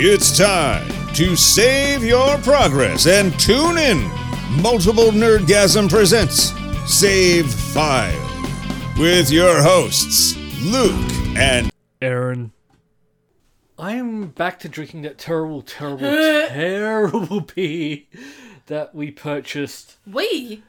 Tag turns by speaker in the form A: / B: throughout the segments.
A: It's time to save your progress and tune in. Multiple Nerdgasm presents Save File with your hosts, Luke and
B: Aaron. I'm back to drinking that terrible, terrible, terrible pee that we purchased.
C: We?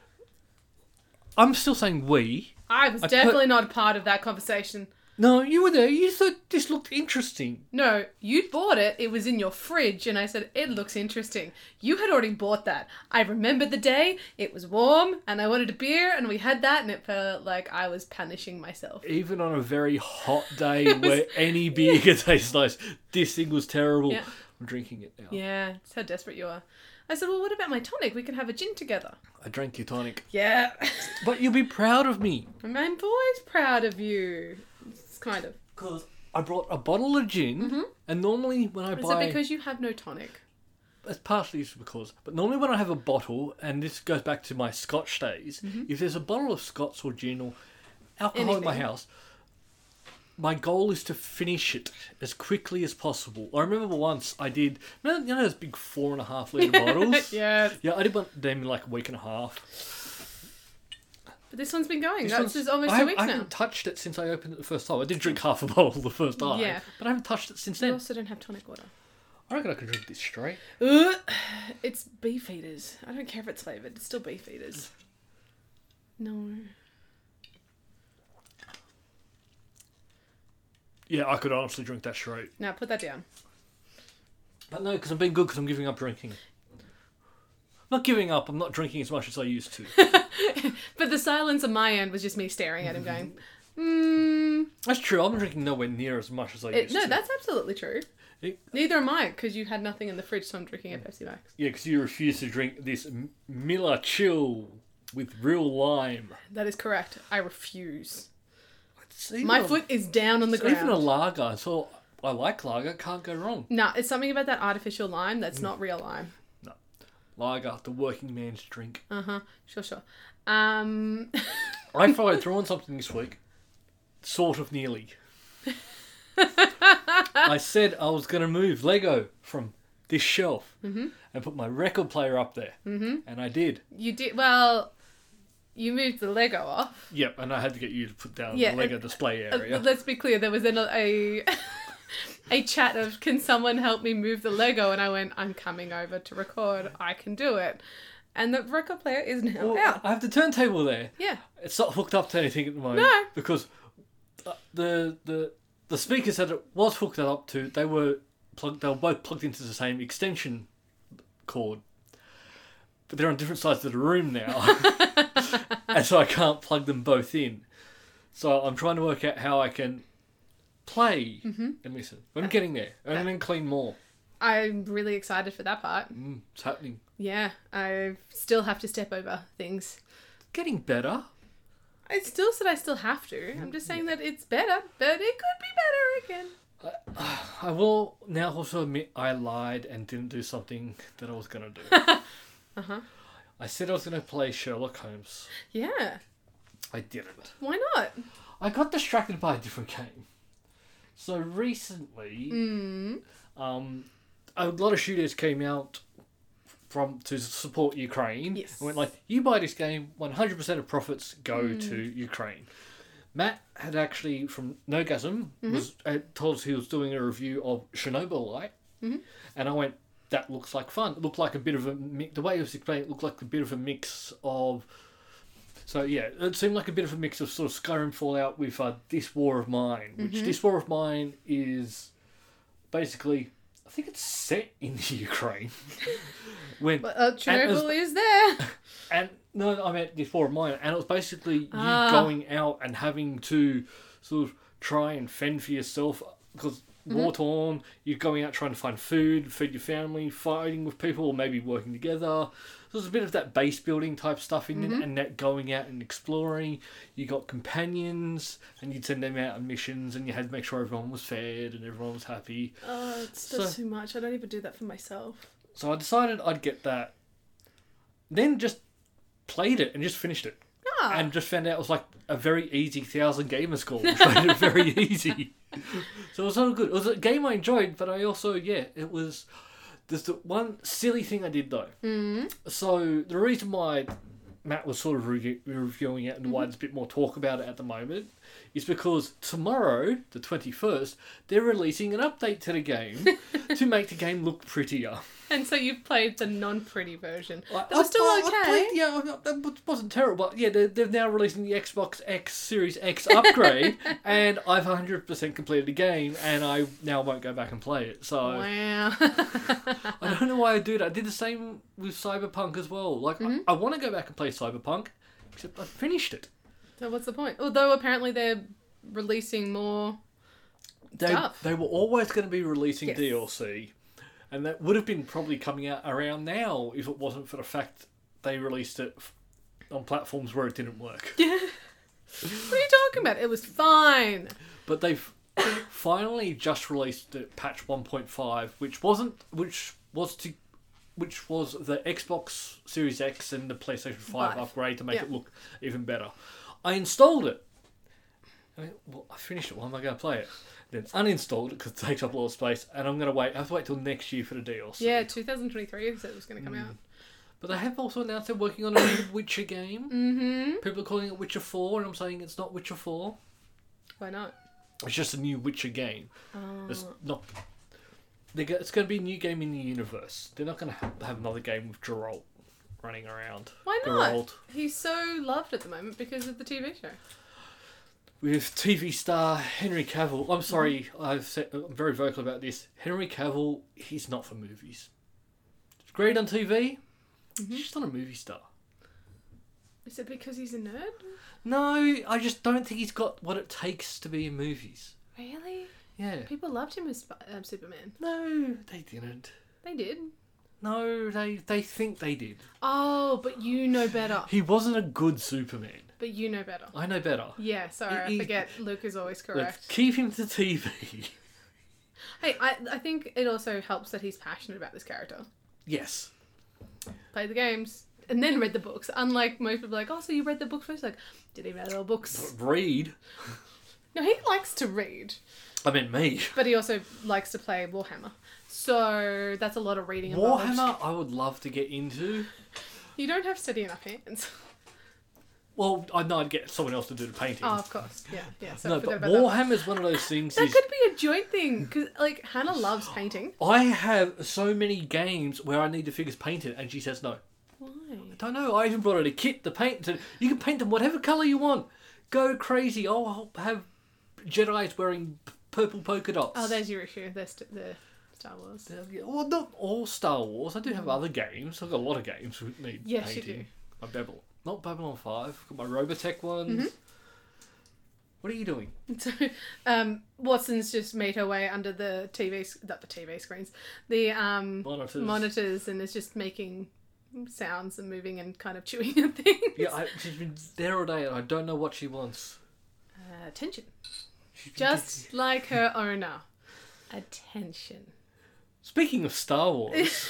B: I'm still saying we.
C: I was
B: I put-
C: definitely not a part of that conversation.
B: No, you were there. You thought this looked interesting.
C: No, you bought it. It was in your fridge, and I said, It looks interesting. You had already bought that. I remembered the day. It was warm, and I wanted a beer, and we had that, and it felt like I was punishing myself.
B: Even on a very hot day where any beer could taste nice, this thing was terrible.
C: Yeah.
B: I'm drinking it now.
C: Yeah, it's how desperate you are. I said, Well, what about my tonic? We can have a gin together.
B: I drank your tonic.
C: Yeah.
B: But you'll be proud of me.
C: I'm always proud of you. It's kind of.
B: Because I brought a bottle of gin, and normally when I
C: Is
B: buy.
C: it because you have no tonic?
B: That's partially it's because, but normally when I have a bottle, and this goes back to my Scotch days,
C: Mm-hmm.
B: if there's a bottle of Scots or gin or alcohol in my
C: Anything.
B: house, my goal is to finish it as quickly as possible. I remember once I did, you know, you know those big four and a half litre bottles?
C: Yes.
B: Yeah, I did one of them in like a week and a half.
C: But this one's been going.
B: This
C: That's
B: one's-
C: just almost
B: I
C: two
B: haven't-
C: weeks
B: I
C: now.
B: haven't touched it since I opened it the first time. I did drink half a bottle the first time,
C: Yeah.
B: but I haven't touched it since
C: You
B: then.
C: also don't have tonic water.
B: I reckon I could drink this straight.
C: Ugh. It's beef eaters. I don't care if it's flavored. It's still beef eaters. No.
B: Yeah, I could honestly drink that straight.
C: Now put that down.
B: But no, because I'm being good because I'm giving up drinking. Not giving up, I'm not drinking as much as I used to.
C: But the silence on my end was just me staring at him, going, "Hmm.
B: that's true, I'm drinking nowhere near as much as I
C: It,
B: used
C: no,
B: to.
C: that's absolutely true.
B: It-
C: Neither am I, because you had nothing in the fridge, so I'm drinking a Pepsi Max.
B: Yeah, because you refuse to drink this M- Miller Chill with real lime.
C: That is correct. I refuse.
B: It's even
C: My
B: a-
C: foot is down on the
B: it's even a
C: ground.
B: lager, so I like lager, can't go wrong.
C: Nah, it's something about that artificial lime
B: Mm.
C: that's not real lime.
B: Lager, the working man's drink.
C: Uh huh. Sure, sure. Um.
B: I followed through on something this week, sort of nearly. I said I was going to move Lego from this shelf and put my record player up there, mm-hmm. and I did.
C: You did well. You moved the Lego off.
B: Yep, and I had to get you to put down
C: Yeah,
B: the Lego
C: and-
B: display
C: Uh,
B: area.
C: Let's be clear. There was an, a a chat of "Can someone help me move the Lego?" and I went, "I'm coming over to record. I can do it." And the record player is now
B: Well,
C: out.
B: I have the turntable there.
C: Yeah,
B: It's not hooked up to anything at the moment
C: No.
B: because uh, the the the speakers that it was hooked up to, they were plugged. They were both plugged into the same extension cord, but they're on different sides of the room now, and so I can't plug them both in. So I'm trying to work out how I can play and listen. But I'm getting there, and then clean more.
C: I'm really excited for that part.
B: Mm, it's happening.
C: Yeah, I still have to step over things.
B: Getting better.
C: I still said I still have to. I'm just saying that it's better, but it could be better again.
B: I will now also admit I lied and didn't do something that I was going to do. I said I was going to play Sherlock Holmes.
C: Yeah,
B: I didn't.
C: why not?
B: I got distracted by a different game. So recently, um, a lot of shooters came out from to support Ukraine.
C: Yes.
B: And went like, you buy this game, 100% of profits go to Ukraine. Matt had actually, from Nogasm, was uh, told us he was doing a review of Chernobyl Light. And I went, that looks like fun. It looked like a bit of a mix. The way it was explained, it looked like a bit of a mix of. So yeah, it seemed like a bit of a mix of sort of Skyrim Fallout with uh, This War of Mine, which This War of Mine is basically, I think it's set in the Ukraine. when
C: But uh,
B: and it was-
C: Chernobyl is there.
B: and no, I meant before mine, and it was basically you
C: Ah.
B: going out and having to sort of try and fend for yourself because war torn. You're going out trying to find food, feed your family, fighting with people, or maybe working together. So there's a bit of that base building type stuff in it, and that going out and exploring. You got companions, and you'd send them out on missions, and you had to make sure everyone was fed and everyone was happy.
C: Oh, it's just
B: So-
C: too much. I don't even do that for myself.
B: So I decided I'd get that. Then just played it and just finished it.
C: Ah,
B: and just found out it was like a very easy thousand gamer score, which made it very easy. So it was all good. It was a game I enjoyed, but I also yeah, it was. There's the one silly thing I did though. Mm. So the reason why Matt was sort of re- reviewing it and why there's a bit more talk about it at the moment is because tomorrow, the twenty first, they're releasing an update to the game to make the game look prettier.
C: And so you played the non-pretty version.
B: I-
C: That was
B: I-
C: still
B: I- I
C: okay.
B: played- yeah, I- I- that wasn't terrible. Yeah, they're, they're now releasing the Xbox X Series X upgrade, and I've 100% completed the game, and I now won't go back and play it. So
C: Wow.
B: I don't know why I do that. I did the same with Cyberpunk as well. Like,
C: Mm-hmm.
B: I, I want to go back and play Cyberpunk, except I finished it.
C: so what's the point? Although apparently they're releasing more.
B: They,
C: Stuff.
B: they were always going to be releasing
C: Yes.
B: DLC, and that would have been probably coming out around now if it wasn't for the fact they released it f- on platforms where it didn't work.
C: What are you talking about? It was fine.
B: But they've finally just released the patch 1.5, which wasn't, which was to, which was the Xbox Series X and the PlayStation 5
C: Five.
B: upgrade to make
C: Yeah.
B: it look even better. I installed it. I mean, well, I finished it. Why am I going to play it? Then uninstalled it because it takes up a lot of space, and I'm going to wait. I have to wait till next year for the DLC.
C: Yeah, 2023 said it was going to come
B: Hmm.
C: out.
B: But they have also announced they're working on a new Witcher game. Mm-hmm. People are calling it Witcher 4, and I'm saying it's not Witcher 4.
C: Why not?
B: It's just a new Witcher game. It's
C: Oh.
B: not. They go, it's going to be a new game in the universe. They're not going to ha- have another game with Geralt running around.
C: Why not?
B: Geralt
C: He's so loved at the moment because of the TV show.
B: with TV star Henry Cavill. I'm sorry,
C: Mm-hmm.
B: I've said, I'm very vocal about this. Henry Cavill, he's not for movies. He's great on TV.
C: Mm-hmm.
B: He's just not a movie star.
C: Is it because he's a nerd?
B: No, I just don't think he's got what it takes to be in movies.
C: Really?
B: Yeah.
C: People loved him as Sp- um, Superman.
B: No, they didn't.
C: They did.
B: No, they they think they did.
C: Oh, but you know better.
B: He wasn't a good Superman.
C: But you know better.
B: I know better.
C: Yeah, sorry,
B: He-
C: I
B: he-
C: forget. Luke is always
B: Look,
C: correct.
B: keep him to TV.
C: Hey, I, I think it also helps that he's passionate about this character.
B: yes.
C: Played the games and then read the books. Unlike most people, like, oh, so you read the book first? Like, did he read all books?
B: Read.
C: No, he likes to read,
B: I meant me.
C: but he also likes to play Warhammer. So that's a lot of reading. involved.
B: Warhammer, I would love to get into.
C: You don't have steady enough hands.
B: Well, I know I'd get someone else to do the painting.
C: Oh, of course. Yeah, yeah. So
B: no,
C: I forgot
B: but
C: about that.
B: Warhammer's one of those things.
C: That
B: Is,
C: could be a joint thing because, like, Hannah loves painting.
B: I have so many games where I need the figures painted, and she says no.
C: Why?
B: Don't know. I even brought her the kit, the paint. To, you can paint them whatever color you want. Go crazy. I'll have Jedi's wearing p- purple polka dots.
C: Oh, there's your issue. There's st- the Star Wars.
B: Yeah, Well, not all Star Wars. I do have other games. I've got a lot of games that need
C: Yes, you
B: painting.
C: do.
B: My Babylon, not Babylon Five. Got my Robotech
C: Mm-hmm.
B: ones. What are you doing?
C: So, um, Watson's just made her way under the TV, sc- not the TV screens, the um,
B: Monitors.
C: monitors, and is just making sounds and moving and kind of chewing and things.
B: Yeah, I, she's been there all day, and I don't know what she wants.
C: Uh, attention,
B: She's been getting-
C: just like her owner. Attention.
B: Speaking of Star Wars,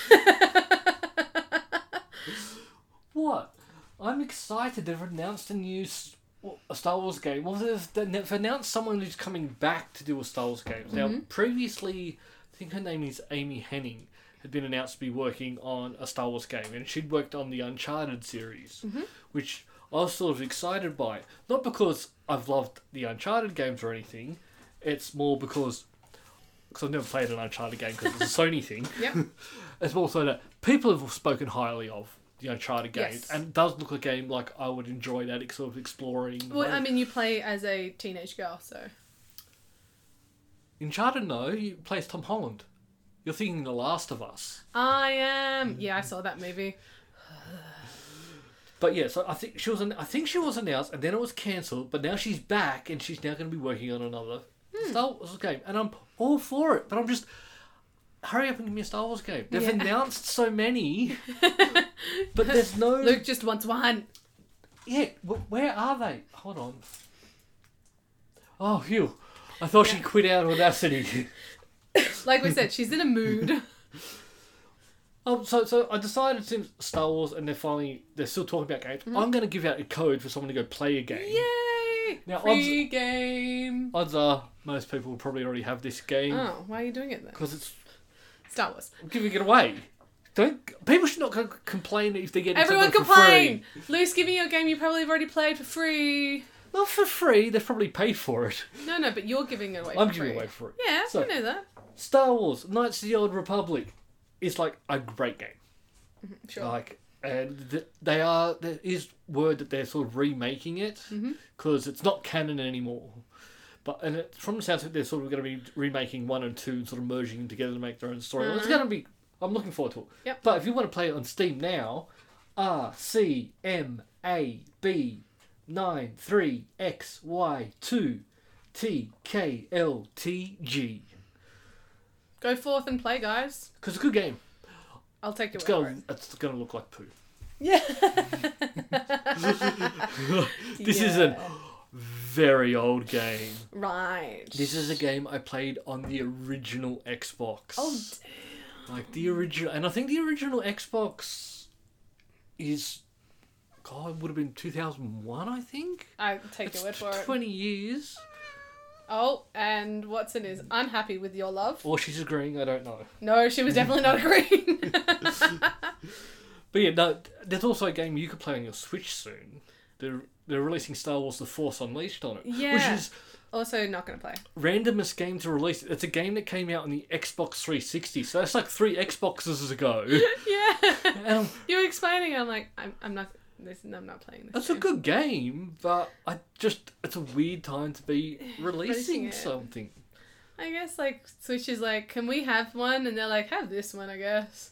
B: what? I'm excited. They've announced a new s- well, a Star Wars game. Well, they've, they've announced someone who's coming back to do a Star Wars game. Now, previously, I think her name is Amy Henning, had been announced to be working on a Star Wars game, and she'd worked on the Uncharted series, which I was sort of excited by. Not because I've loved the Uncharted games or anything. It's more because because I've never played an Uncharted game because it's a Sony thing.
C: Yep.
B: It's also that people have spoken highly of the Uncharted games,
C: Yes.
B: and it does look a game like I would enjoy that it's sort of exploring.
C: Well, I mean, you play as a teenage girl, so
B: Uncharted, no, you play as Tom Holland. You're thinking The Last of Us,
C: I am. Yeah, I saw that movie.
B: but yeah. So I think she was. An, I think she was announced, and then it was cancelled. But now she's back, and she's now going to be working on another
C: Hmm.
B: Star Wars game, and I'm all for it. But I'm just hurry up and give me a Star Wars game. They've
C: Yeah.
B: announced so many, but there's no
C: Luke just wants one.
B: Yeah, wh- where are they? Hold on. Oh, Hugh. I thought she quit out of Audacity.
C: Like we said, she's in a mood.
B: oh, so so I decided since
C: Mm-hmm.
B: Star Wars and they're finally they're still talking about games, I'm going to give out a code for someone to go play a game.
C: Yay! Yay!
B: Now,
C: Free game.
B: Odds are most people probably already have this game
C: Oh, why are you doing it then?
B: because it's
C: Star Wars.
B: I'm giving it away. Don't people should not co- complain if they get
C: Everyone
B: something for
C: complain.
B: free.
C: Luce, give me your game you probably have already played for free.
B: Not for free. They've probably paid for it.
C: No, no, but you're giving it away.
B: I'm
C: for
B: giving
C: free.
B: away for it.
C: Yeah,
B: So-
C: I know that.
B: Star Wars: Knights of the Old Republic is like a great game.
C: Sure.
B: Like, and th- they are. There is word that they're sort of remaking it because it's not canon anymore. But and it, from the sounds of it, they're sort of going to be remaking one and two, and sort of merging them together to make their own story. It's going to be. I'm looking forward to it.
C: Yep.
B: But if you want to play it on Steam now, R C M A B nine three X Y two T K L T G.
C: Go forth and play, guys.
B: Because it's a good game.
C: I'll take your
B: It's
C: word for it.
B: gonna, it's gonna look like poo.
C: Yeah.
B: This is a very old game.
C: Right.
B: This is a game I played on the original Xbox.
C: Oh,
B: like the original, and I think the original Xbox is, God, would have been two thousand one, I think.
C: I take
B: It's
C: your word for it.
B: twenty years,
C: Oh, and Watson is unhappy with your love.
B: or she's agreeing. I don't know.
C: No, she was definitely not agreeing.
B: But yeah, no. There's also a game you could play on your Switch soon. They're they're releasing Star Wars: The Force Unleashed on it,
C: Yeah.
B: which is
C: also, not gonna play.
B: randomest game to release. It's a game that came out on the Xbox 360, so that's like three Xboxes ago. Um,
C: Yeah.
B: And I'm-
C: you were explaining. I'm like, I'm, I'm not. This, I'm not playing this.
B: that's a
C: game.
B: good game, but I just it's a weird time to be releasing
C: Releasing it.
B: something.
C: I guess like Switch is like, can we have one? And they're like, have this one, I guess.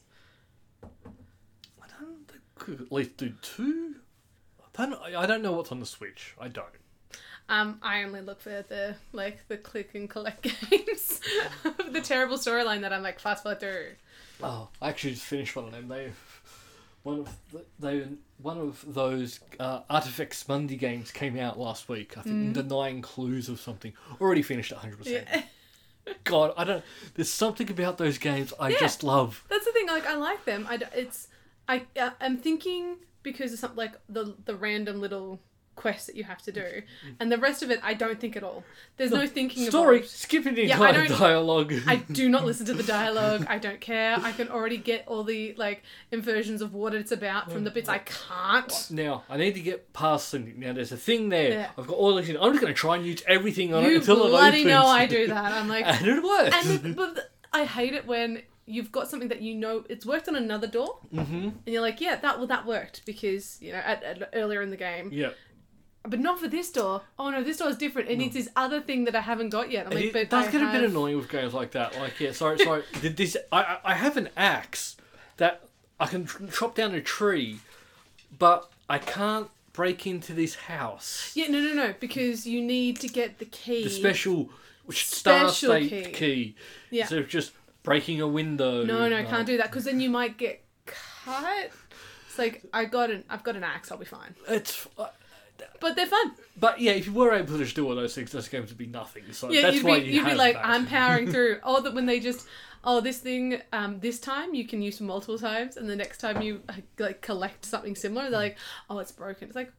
B: I don't think could at least do two. I don't, I don't know what's on the Switch. I don't.
C: Um, I only look for the like the click and collect games, the terrible storyline that I'm like fast forward through.
B: Oh, I actually just finished one of them. They one of the, they one of those uh, Artifacts Monday games came out last week. I think the nine clues of something. Already finished at hundred percent.
C: Mm. Yeah.
B: God, I don't. There's something about those games I just love.
C: That's the thing. Like I like them. I d- it's I uh, I'm thinking because of something like the the random little quests that you have to do, and the rest of it I don't think at all. There's no, thinking
B: Mm-hmm. Story,
C: About
B: skipping the
C: Yeah, I
B: entire
C: don't-
B: dialogue.
C: I do not listen to the dialogue. I don't care. I can already get all the like inversions of what it's about from the bits I can't.
B: now I need to get past something. Now there's a thing there.
C: Yeah.
B: I've got all this. in- I'm just going to try and use everything on it
C: You
B: until
C: bloody
B: it opens.
C: know I do that. I'm like,
B: and it works.
C: and the, but the- I hate it when you've got something that you know it's worked on another door, mm-hmm. and you're like, yeah, that well that worked because you know at, at, earlier in the game,
B: yeah,
C: but not for this door. Oh no, this door is different. It needs this other thing that I haven't got yet. I'm
B: And
C: like,
B: it,
C: but
B: that's
C: I
B: going to
C: have...
B: be annoying with games like that. Like yeah, sorry, sorry. Did this? I I- I have an axe that I can tr- chop down a tree, but I can't break into this house.
C: Yeah, no, no, no, because you need to get the key.
B: the special star
C: Special
B: state
C: key.
B: key.
C: Yeah.
B: Instead of just breaking a window.
C: no, no, can't do that because then you might get cut. It's like I got an, I've got an axe. I'll be fine.
B: It's uh,
C: But they're fun.
B: but yeah, if you were able to just do all those things, those games would be nothing. So
C: Yeah,
B: that's
C: you'd be,
B: why you
C: you'd be
B: have
C: like,
B: that.
C: I'm powering through. Oh, that when they just, oh, this thing, um, this time you can use multiple times, and the next time you uh, like collect something similar, they're like, oh, it's broken. It's like,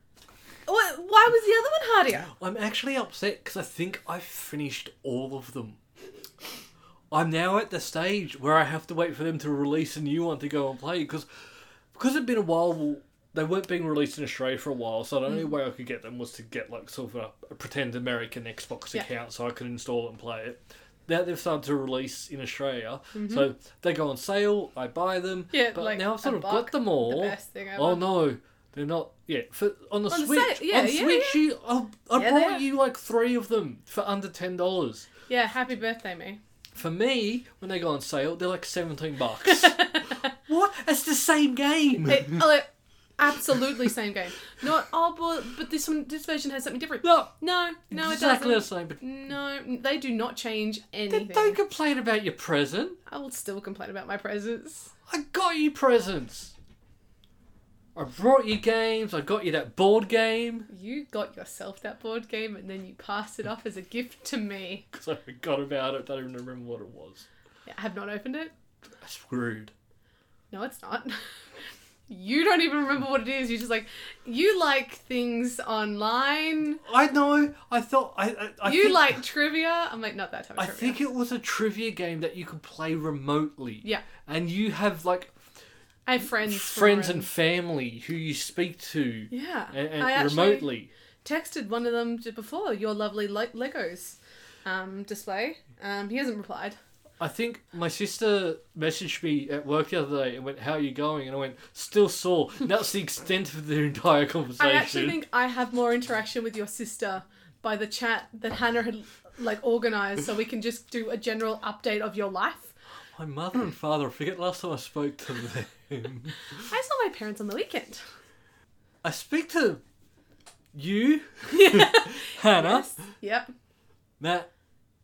C: what? Why was the other one harder?
B: I'm actually upset because I think I've finished all of them. I'm now at the stage where I have to wait for them to release a new one to go and play because because it'd been a while. They weren't being released in Australia for a while, so the only
C: Mm.
B: way I could get them was to get like sort of a, a pretend American Xbox
C: Yeah.
B: account so I could install it and play it. Now they've started to release in Australia, so they go on sale. I buy them,
C: Mm-hmm. Yeah,
B: but
C: like
B: now I've sort
C: a
B: of
C: buck,
B: got them all.
C: best thing
B: Oh
C: ever.
B: no, they're not. Yeah, for, on the
C: On the
B: Switch,
C: sale- yeah,
B: on
C: yeah,
B: Switch,
C: yeah.
B: you, I, I
C: Yeah, they are.
B: bought you like three of them for under ten dollars.
C: Yeah, happy birthday, me.
B: For me, when they go on sale, they're like seventeen bucks. what? That's the same game.
C: It- oh, like, absolutely same game. Not oh, but, but this one, this version has something different.
B: Look,
C: No, no, it
B: exactly the
C: doesn't.
B: same. But
C: No, they do not change
B: they
C: anything.
B: don't complain about your present.
C: I will still complain about my presents.
B: I got you presents. I brought you games. I got you that board game
C: You got yourself that board game, and then you passed it off as a gift to me.
B: because I forgot about it. Don't even remember what it was.
C: I have not opened it.
B: Screwed.
C: No, it's not. You don't even remember what it is. You're just like, you like things online.
B: I know. I thought I. I, I
C: you
B: think,
C: like trivia. I'm like, not that type of
B: I
C: trivia.
B: think it was a trivia game that you could play remotely.
C: Yeah.
B: And you have like
C: I have friends. from
B: friends
C: around-
B: and family who you speak to.
C: yeah.
B: And, and
C: I actually
B: remotely.
C: texted one of them just before your lovely le- Legos um, display. Um, he hasn't replied.
B: I think my sister messaged me at work the other day and went, "How are you going?" And I went, "Still sore." And That's the extent of the entire conversation.
C: I actually think I have more interaction with your sister by the chat that Hannah had like organized, so we can just do a general update of your life.
B: my mother and father. I forget last time I spoke to them.
C: I saw my parents on the weekend.
B: I speak to you,
C: Yeah.
B: Hannah,
C: Yep.
B: Matt,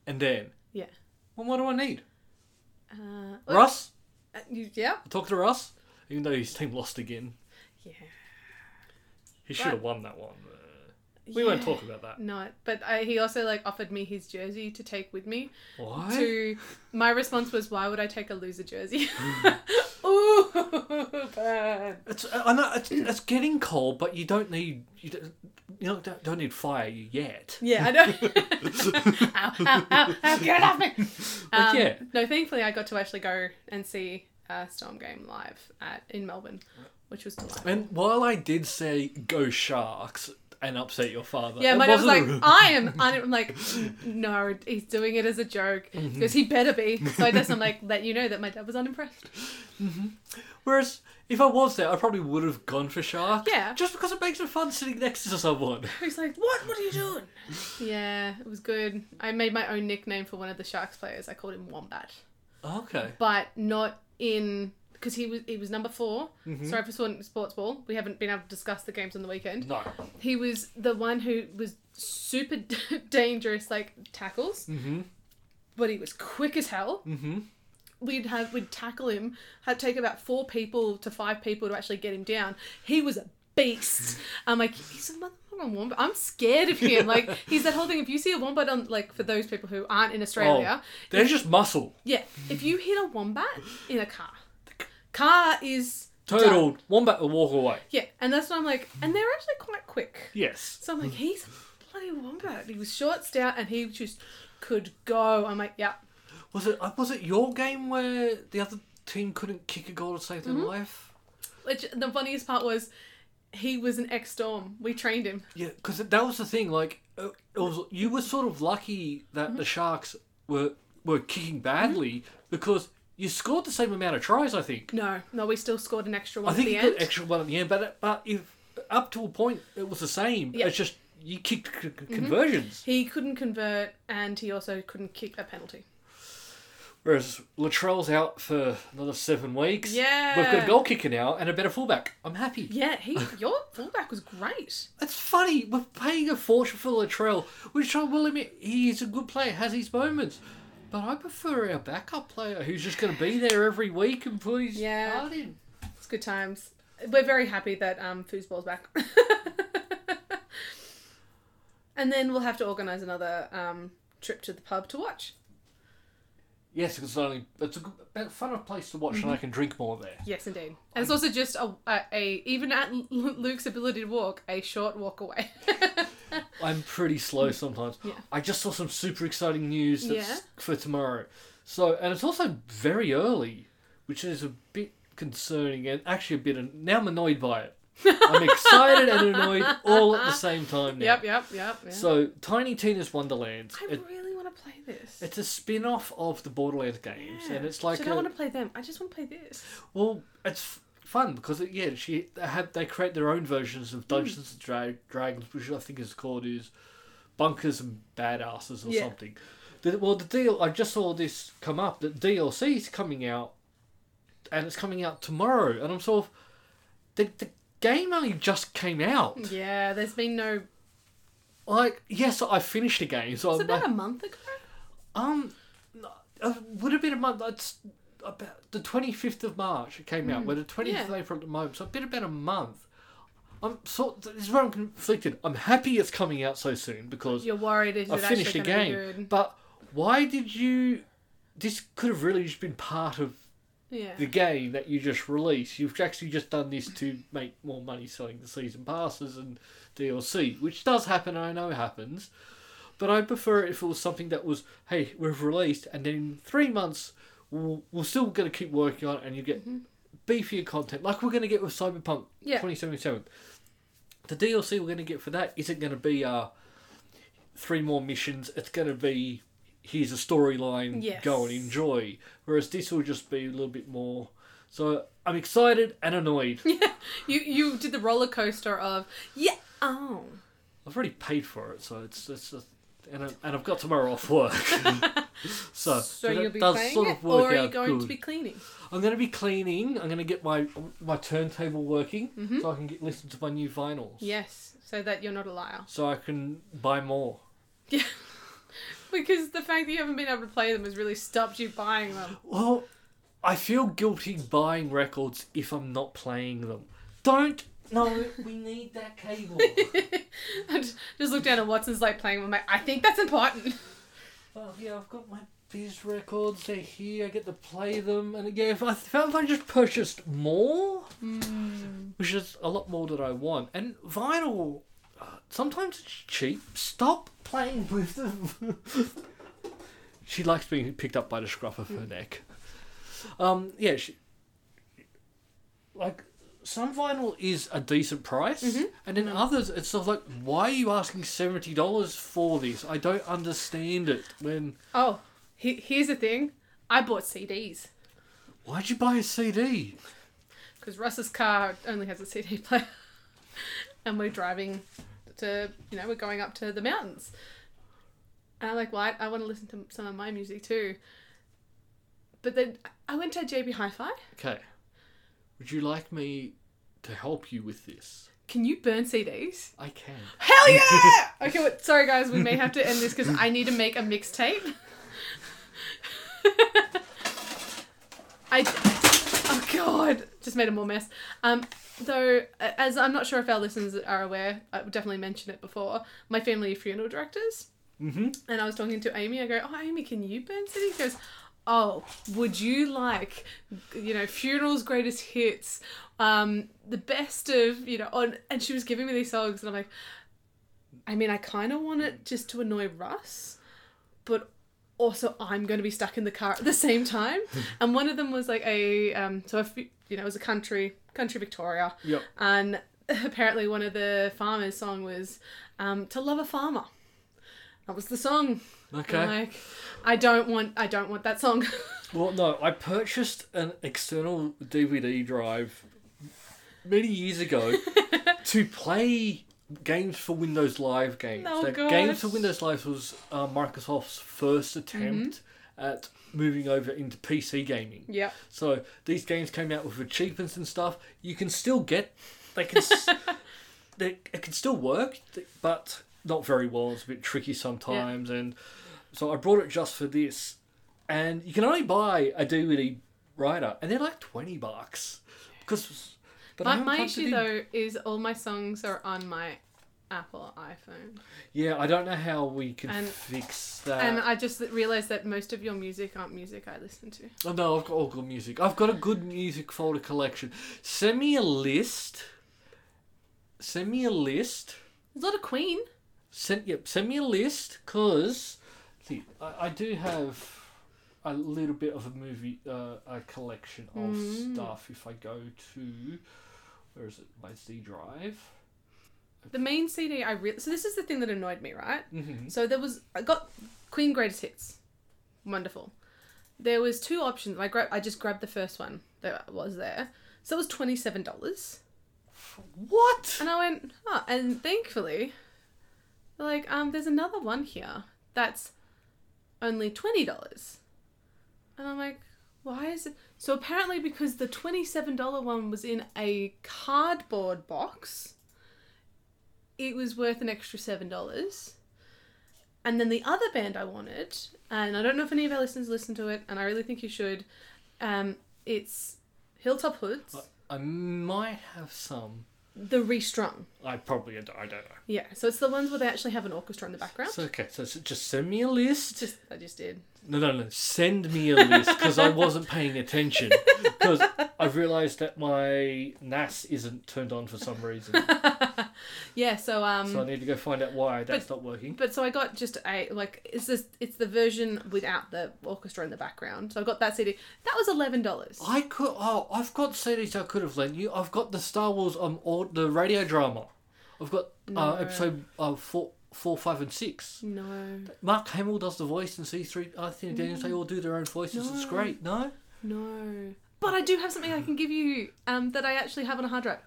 B: and Dan.
C: Yeah.
B: Well, what do I need?
C: Uh,
B: Russ.
C: uh, you, yeah.
B: I talk to Russ, even though his team lost again.
C: Yeah.
B: He should have
C: Right.
B: won that one. but We won't
C: Yeah.
B: talk about that.
C: No, but I, he also like offered me his jersey to take with me.
B: Why?
C: To my response was, why would I take a loser jersey?
B: Hmm.
C: Ooh, burn.
B: It's uh, I know it's, it's getting cold, but you don't need you don't, you know, don't, don't need fire yet.
C: Yeah, I know. ow, ow, ow, ow, get it off me. Um,
B: yeah.
C: No, thankfully I got to actually go and see a Storm game live at in Melbourne, which was delightful.
B: And while I did say go sharks and upset your father,
C: yeah,
B: it
C: my dad was like,
B: uh, wasn't a-
C: I am. I am like, no, he's doing it as a joke
B: Mm-hmm.
C: because he better be. So I just I'm like, let you know that my dad was unimpressed.
B: Whereas if I was there, I probably would have gone for sharks.
C: Yeah.
B: Just because it makes it fun sitting next to someone.
C: He's like, what? What are you doing? Yeah, it was good. I made my own nickname for one of the Sharks players. I called him Wombat.
B: Okay.
C: but not in because he was he was number 4
B: Mm-hmm.
C: Sorry for sorting sports ball. We haven't been able to discuss the games on the weekend.
B: No.
C: He was the one who was super dangerous, like tackles.
B: Mm-hmm.
C: But he was quick as hell.
B: Mm-hmm.
C: We'd have we'd tackle him. Had take about four people to five people to actually get him down. He was a beast. I'm like he's a motherfucking wombat. I'm scared of him. Like he's that whole thing. If you see a wombat on like for those people who aren't in Australia,
B: They're Oh. just muscle.
C: yeah, if you hit a wombat in a car, car is
B: Total
C: done.
B: wombat will walk away.
C: Yeah, and that's what I'm like, and they're actually quite quick.
B: Yes.
C: So I'm like, he's a bloody wombat. He was short, stout, and he just could go. I'm like, yeah,
B: Was it uh, was it your game where the other team couldn't kick a goal to save
C: Mm-hmm.
B: their life?
C: Which the funniest part was, he was an ex Storm. We trained him.
B: Yeah, because that was the thing. Like uh, it was, you were sort of lucky that
C: Mm-hmm.
B: the Sharks were were kicking badly because you scored the same amount of tries. I think.
C: No, no, we still scored an extra one
B: I think
C: at
B: you
C: the end.
B: got extra one at the end, but but if up to a point it was the same.
C: Yeah. Mm-hmm.
B: It's just you kicked c- c- conversions.
C: he couldn't convert, and he also couldn't kick a penalty.
B: Whereas Latrell's out for another seven weeks.
C: Yeah.
B: we've got a goal kicker now and a better fullback. I'm happy.
C: Yeah, he your fullback was great.
B: It's funny, we're paying a fortune for Latrell, which I will admit he's a good player, has his moments. But I prefer our backup player who's just going to be there every week and put his
C: Yeah.
B: heart in.
C: It's good times. We're very happy that um, foosball's back. and then we'll have to organise another um, trip to the pub to watch.
B: Yes, it's, only, it's a good, a fun place to watch and
C: Mm-hmm.
B: I can drink more there.
C: Yes, indeed. And it's also just a, a, a even at L- Luke's ability to walk, a short walk away.
B: I'm pretty slow sometimes.
C: Yeah.
B: I just saw some super exciting news that's
C: Yeah.
B: for tomorrow. So, and it's also very early, which is a bit concerning and actually a bit. Now I'm annoyed by it. I'm excited and annoyed all at the same time now.
C: yep, yep, yep. Yeah.
B: So, Tiny Tina's Wonderland.
C: I
B: It,
C: really want to play this.
B: it's a spin off of the Borderlands games, and it's like.
C: Should
B: A,
C: I want to play them? I just want to play this.
B: Well, it's f- fun because, it, yeah, she they have, they create their own versions
C: Hmm.
B: of Dungeons and Dra- Dragons, which I think is called is Bunkers and Badasses or
C: Yeah.
B: something. The, well, the deal, I just saw this come up that DLC is coming out, and it's coming out tomorrow, and I'm sort of. The, the game only just came out.
C: Yeah, there's been no.
B: Like, yes, I finished the game, so
C: It's
B: I'm like,
C: about a month ago.
B: Um, no, uh, would have been a month. It's about the twenty fifth of March. It came out. We're the twentieth of
C: Mm. yeah.
B: April at the moment, so it's been about a month. I'm sort. This is where I'm conflicted. I'm happy it's coming out so soon because
C: You're worried is
B: I
C: it
B: finished
C: actually
B: the
C: going to be
B: game.
C: good?
B: But why did you? This could have really just been part of
C: Yeah.
B: the game that you just released. You've actually just done this to make more money selling the season passes and DLC, which does happen. I know happens, but I prefer it if it was something that was, hey, we've released, and then in three months we'll, we're still going to keep working on it, and you get beefier content, like we're going to get with Cyberpunk
C: Mm-hmm. Yeah.
B: twenty seventy seven. The DLC we're going to get for that isn't going to be uh, three more missions. It's going to be here's a storyline.
C: Yes.
B: Go and enjoy. Whereas this will just be a little bit more. So I'm excited and annoyed.
C: You you did the roller coaster of yeah oh
B: I've already paid for it, so it's it's just, and I, and I've got tomorrow off work. so
C: so
B: it
C: you'll be
B: does
C: playing
B: sort
C: it
B: of work
C: or are you
B: out
C: going to
B: good.
C: be cleaning?
B: I'm going to be cleaning. I'm going to get my my turntable working
C: Mm-hmm.
B: so I can get listen to my new vinyls.
C: Yes, so that you're not a liar.
B: So I can buy more.
C: Yeah. Because the fact that you haven't been able to play them has really stopped you buying them.
B: Well, I feel guilty buying records if I'm not playing them. Don't. No, we need that cable.
C: I just, just looked down at Watson's like playing them. I'm like, I think that's important.
B: well, Oh, yeah, I've got my Biz records. They're here. I get to play them. And again, if I found if I just purchased more, which is a lot more that I want, and vinyl. uh, Sometimes it's cheap. Stop playing with them. she likes being picked up by the scruff of her neck. Um, yeah, she, like some vinyl is a decent price, and then others it's sort of like, why are you asking seventy dollars for this? I don't understand it. When
C: Oh, he, here's the thing. I bought CDs
B: why'd you buy a CD?
C: because Russ's car only has a CD player, and we're driving to you know we're going up to the mountains. And I'm like, well, I, I want to listen to some of my music too. But then I went to JB Hi-Fi.
B: Okay, would you like me to help you with this?
C: Can you burn CDs?
B: I can.
C: Hell yeah! okay, well, sorry guys, we may have to end this because I need to make a mixtape. I. Oh god, just made a more mess. Um, though, a- as I'm not sure if our listeners are aware, I would definitely mentioned it before. My family are funeral directors, mm-hmm. and I was talking to Amy. I go, "Oh, Amy, can you burn city?" She goes, "Oh, would you like, you know, funerals greatest hits, um, the best of, you know?" On and she was giving me these songs, and I'm like, I mean, I kind of want it just to annoy Russ, but also I'm going to be stuck in the car at the same time. and one of them was like a um, so if you know it was a country country Victoria,
B: Yep.
C: and apparently one of the farmers' song was um, "To Love a Farmer." That was the song. And
B: Okay.
C: I'm Like, I don't want I don't want that song.
B: Well, no, I purchased an external DVD drive many years ago to play games for Windows Live games.
C: Oh,
B: The
C: gosh.
B: Games for Windows Live was uh, Microsoft's first attempt
C: Mm-hmm.
B: at moving over into PC gaming.
C: yep.
B: So these games came out with achievements and stuff. You can still get, they can, s- they it can still work, th- but not very well. It's a bit tricky sometimes, and so I brought it just for this. And you can only buy a DVD writer, and they're like twenty bucks. Because, but I
C: My,
B: haven't
C: my
B: plugged it
C: issue
B: in.
C: though is all my songs are on my Apple iPhone.
B: yeah, I don't know how we can
C: And-
B: fix that.
C: and I just realized that most of your music aren't music I listen to.
B: Oh, no, I've got all good music. I've got a good music folder collection. Send me a list. Send me a list.
C: There's a lot of Queen.
B: Send yep. Send me a list, cause see, I, I do have a little bit of a movie, uh, a collection of stuff. If I go to, where is it? My Z drive.
C: The main CD I really so this is the thing that annoyed me, right? So there was I got Queen Greatest Hits, wonderful. There was two options. I grab I just grabbed the first one that was there. So it was twenty seven dollars,
B: What?
C: and I went, oh, and thankfully, they're like um, there's another one here that's only twenty dollars, and I'm like, why is it? So apparently, because the twenty seven dollar one was in a cardboard box it was worth an extra seven dollars. And then the other band I wanted, and I don't know if any of our listeners listen to it, and I really think you should. Um, it's Hilltop Hoods.
B: I might have some.
C: the restrung.
B: I probably I don't I don't know.
C: Yeah, so it's the ones where they actually have an orchestra in the background.
B: So okay, so s- just send me a list.
C: just I just did.
B: No, no, no. Send me a list because I wasn't paying attention. Because I've realised that my NAS isn't turned on for some reason.
C: Yeah, so um
B: So I need to go find out why that's not working.
C: But so I got just a like it's this it's the version without the orchestra in the background. So I got that CD. That was eleven dollars.
B: I could. Oh, I've got CDs I could have lent you. I've got the Star Wars um or the radio drama. I've got uh, episode uh, four, four, five, and six.
C: No,
B: Mark Hamill does the voice, and C three Anthony Daniels. They all do their own voices. It's great. No,
C: no. But I do have something I can give you um, that I actually have on a hard drive.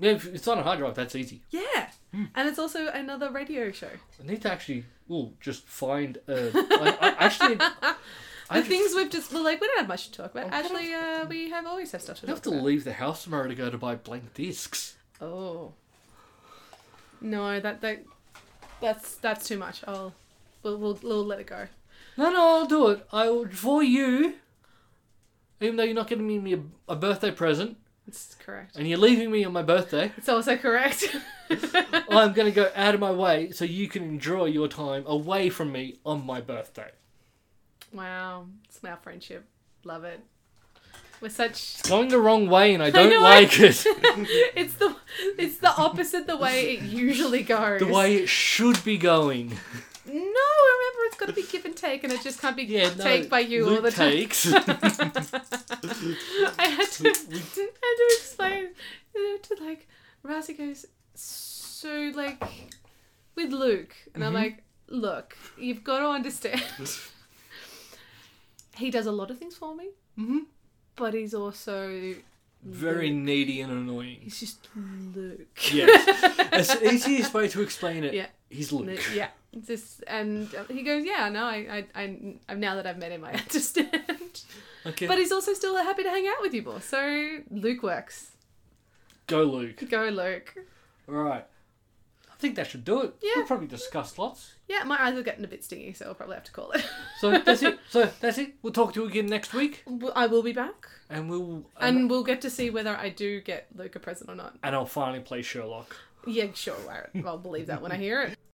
B: yeah, if it's on a hard drive. That's easy.
C: Yeah,
B: Hmm.
C: and it's also another radio show.
B: I need to actually. Ooh, just find. Uh, I, I actually.
C: The things we've just we're like we don't have much to talk
B: Oh,
C: about. Actually, uh, we have always have stuff to
B: I have
C: talk
B: to
C: about.
B: leave the house tomorrow to go to buy blank discs.
C: Oh, no, that that that's that's too much. I'll we'll we'll, we'll let it go.
B: No, no, I'll do it. I will for you. Even though you're not getting me a, a birthday present,
C: It's correct.
B: and you're leaving me on my birthday,
C: It's also correct.
B: I'm going to go out of my way so you can enjoy your time away from me on my birthday.
C: Wow, it's now friendship. Love it. We're such.
B: Going the wrong way, and I don't
C: know,
B: like it.
C: It's the it's the opposite the way it usually goes.
B: the way it should be going.
C: No, remember it's got to be give and take, and it just can't be
B: Yeah, no,
C: take by you
B: Luke
C: all the time.
B: takes.
C: I had to had to explain you know, to like Razi goes so like with Luke, and I'm like, look, you've got to understand. he does a lot of things for me,
B: Mhm.
C: but he's also
B: Very needy and annoying.
C: he's just Luke.
B: Yes. It's the easiest way to explain it.
C: Yeah.
B: He's Luke.
C: N- yeah just and he goes yeah no I, I i i'm now that i've met him i understand
B: Okay.
C: but he's also still happy to hang out with you boss so luke works
B: Go, Luke.
C: go luke
B: All right. I think that should do it.
C: Yeah.
B: We'll probably discuss lots.
C: yeah my eyes are getting a bit stingy so i'll probably have to call it
B: So that's it. So that's it. We'll talk to you again next week,
C: W- i will be back
B: and we'll and,
C: and we'll get to see whether i do get luke a present or not
B: and I'll finally play Sherlock.
C: yeah sure I- i'll believe that when i hear it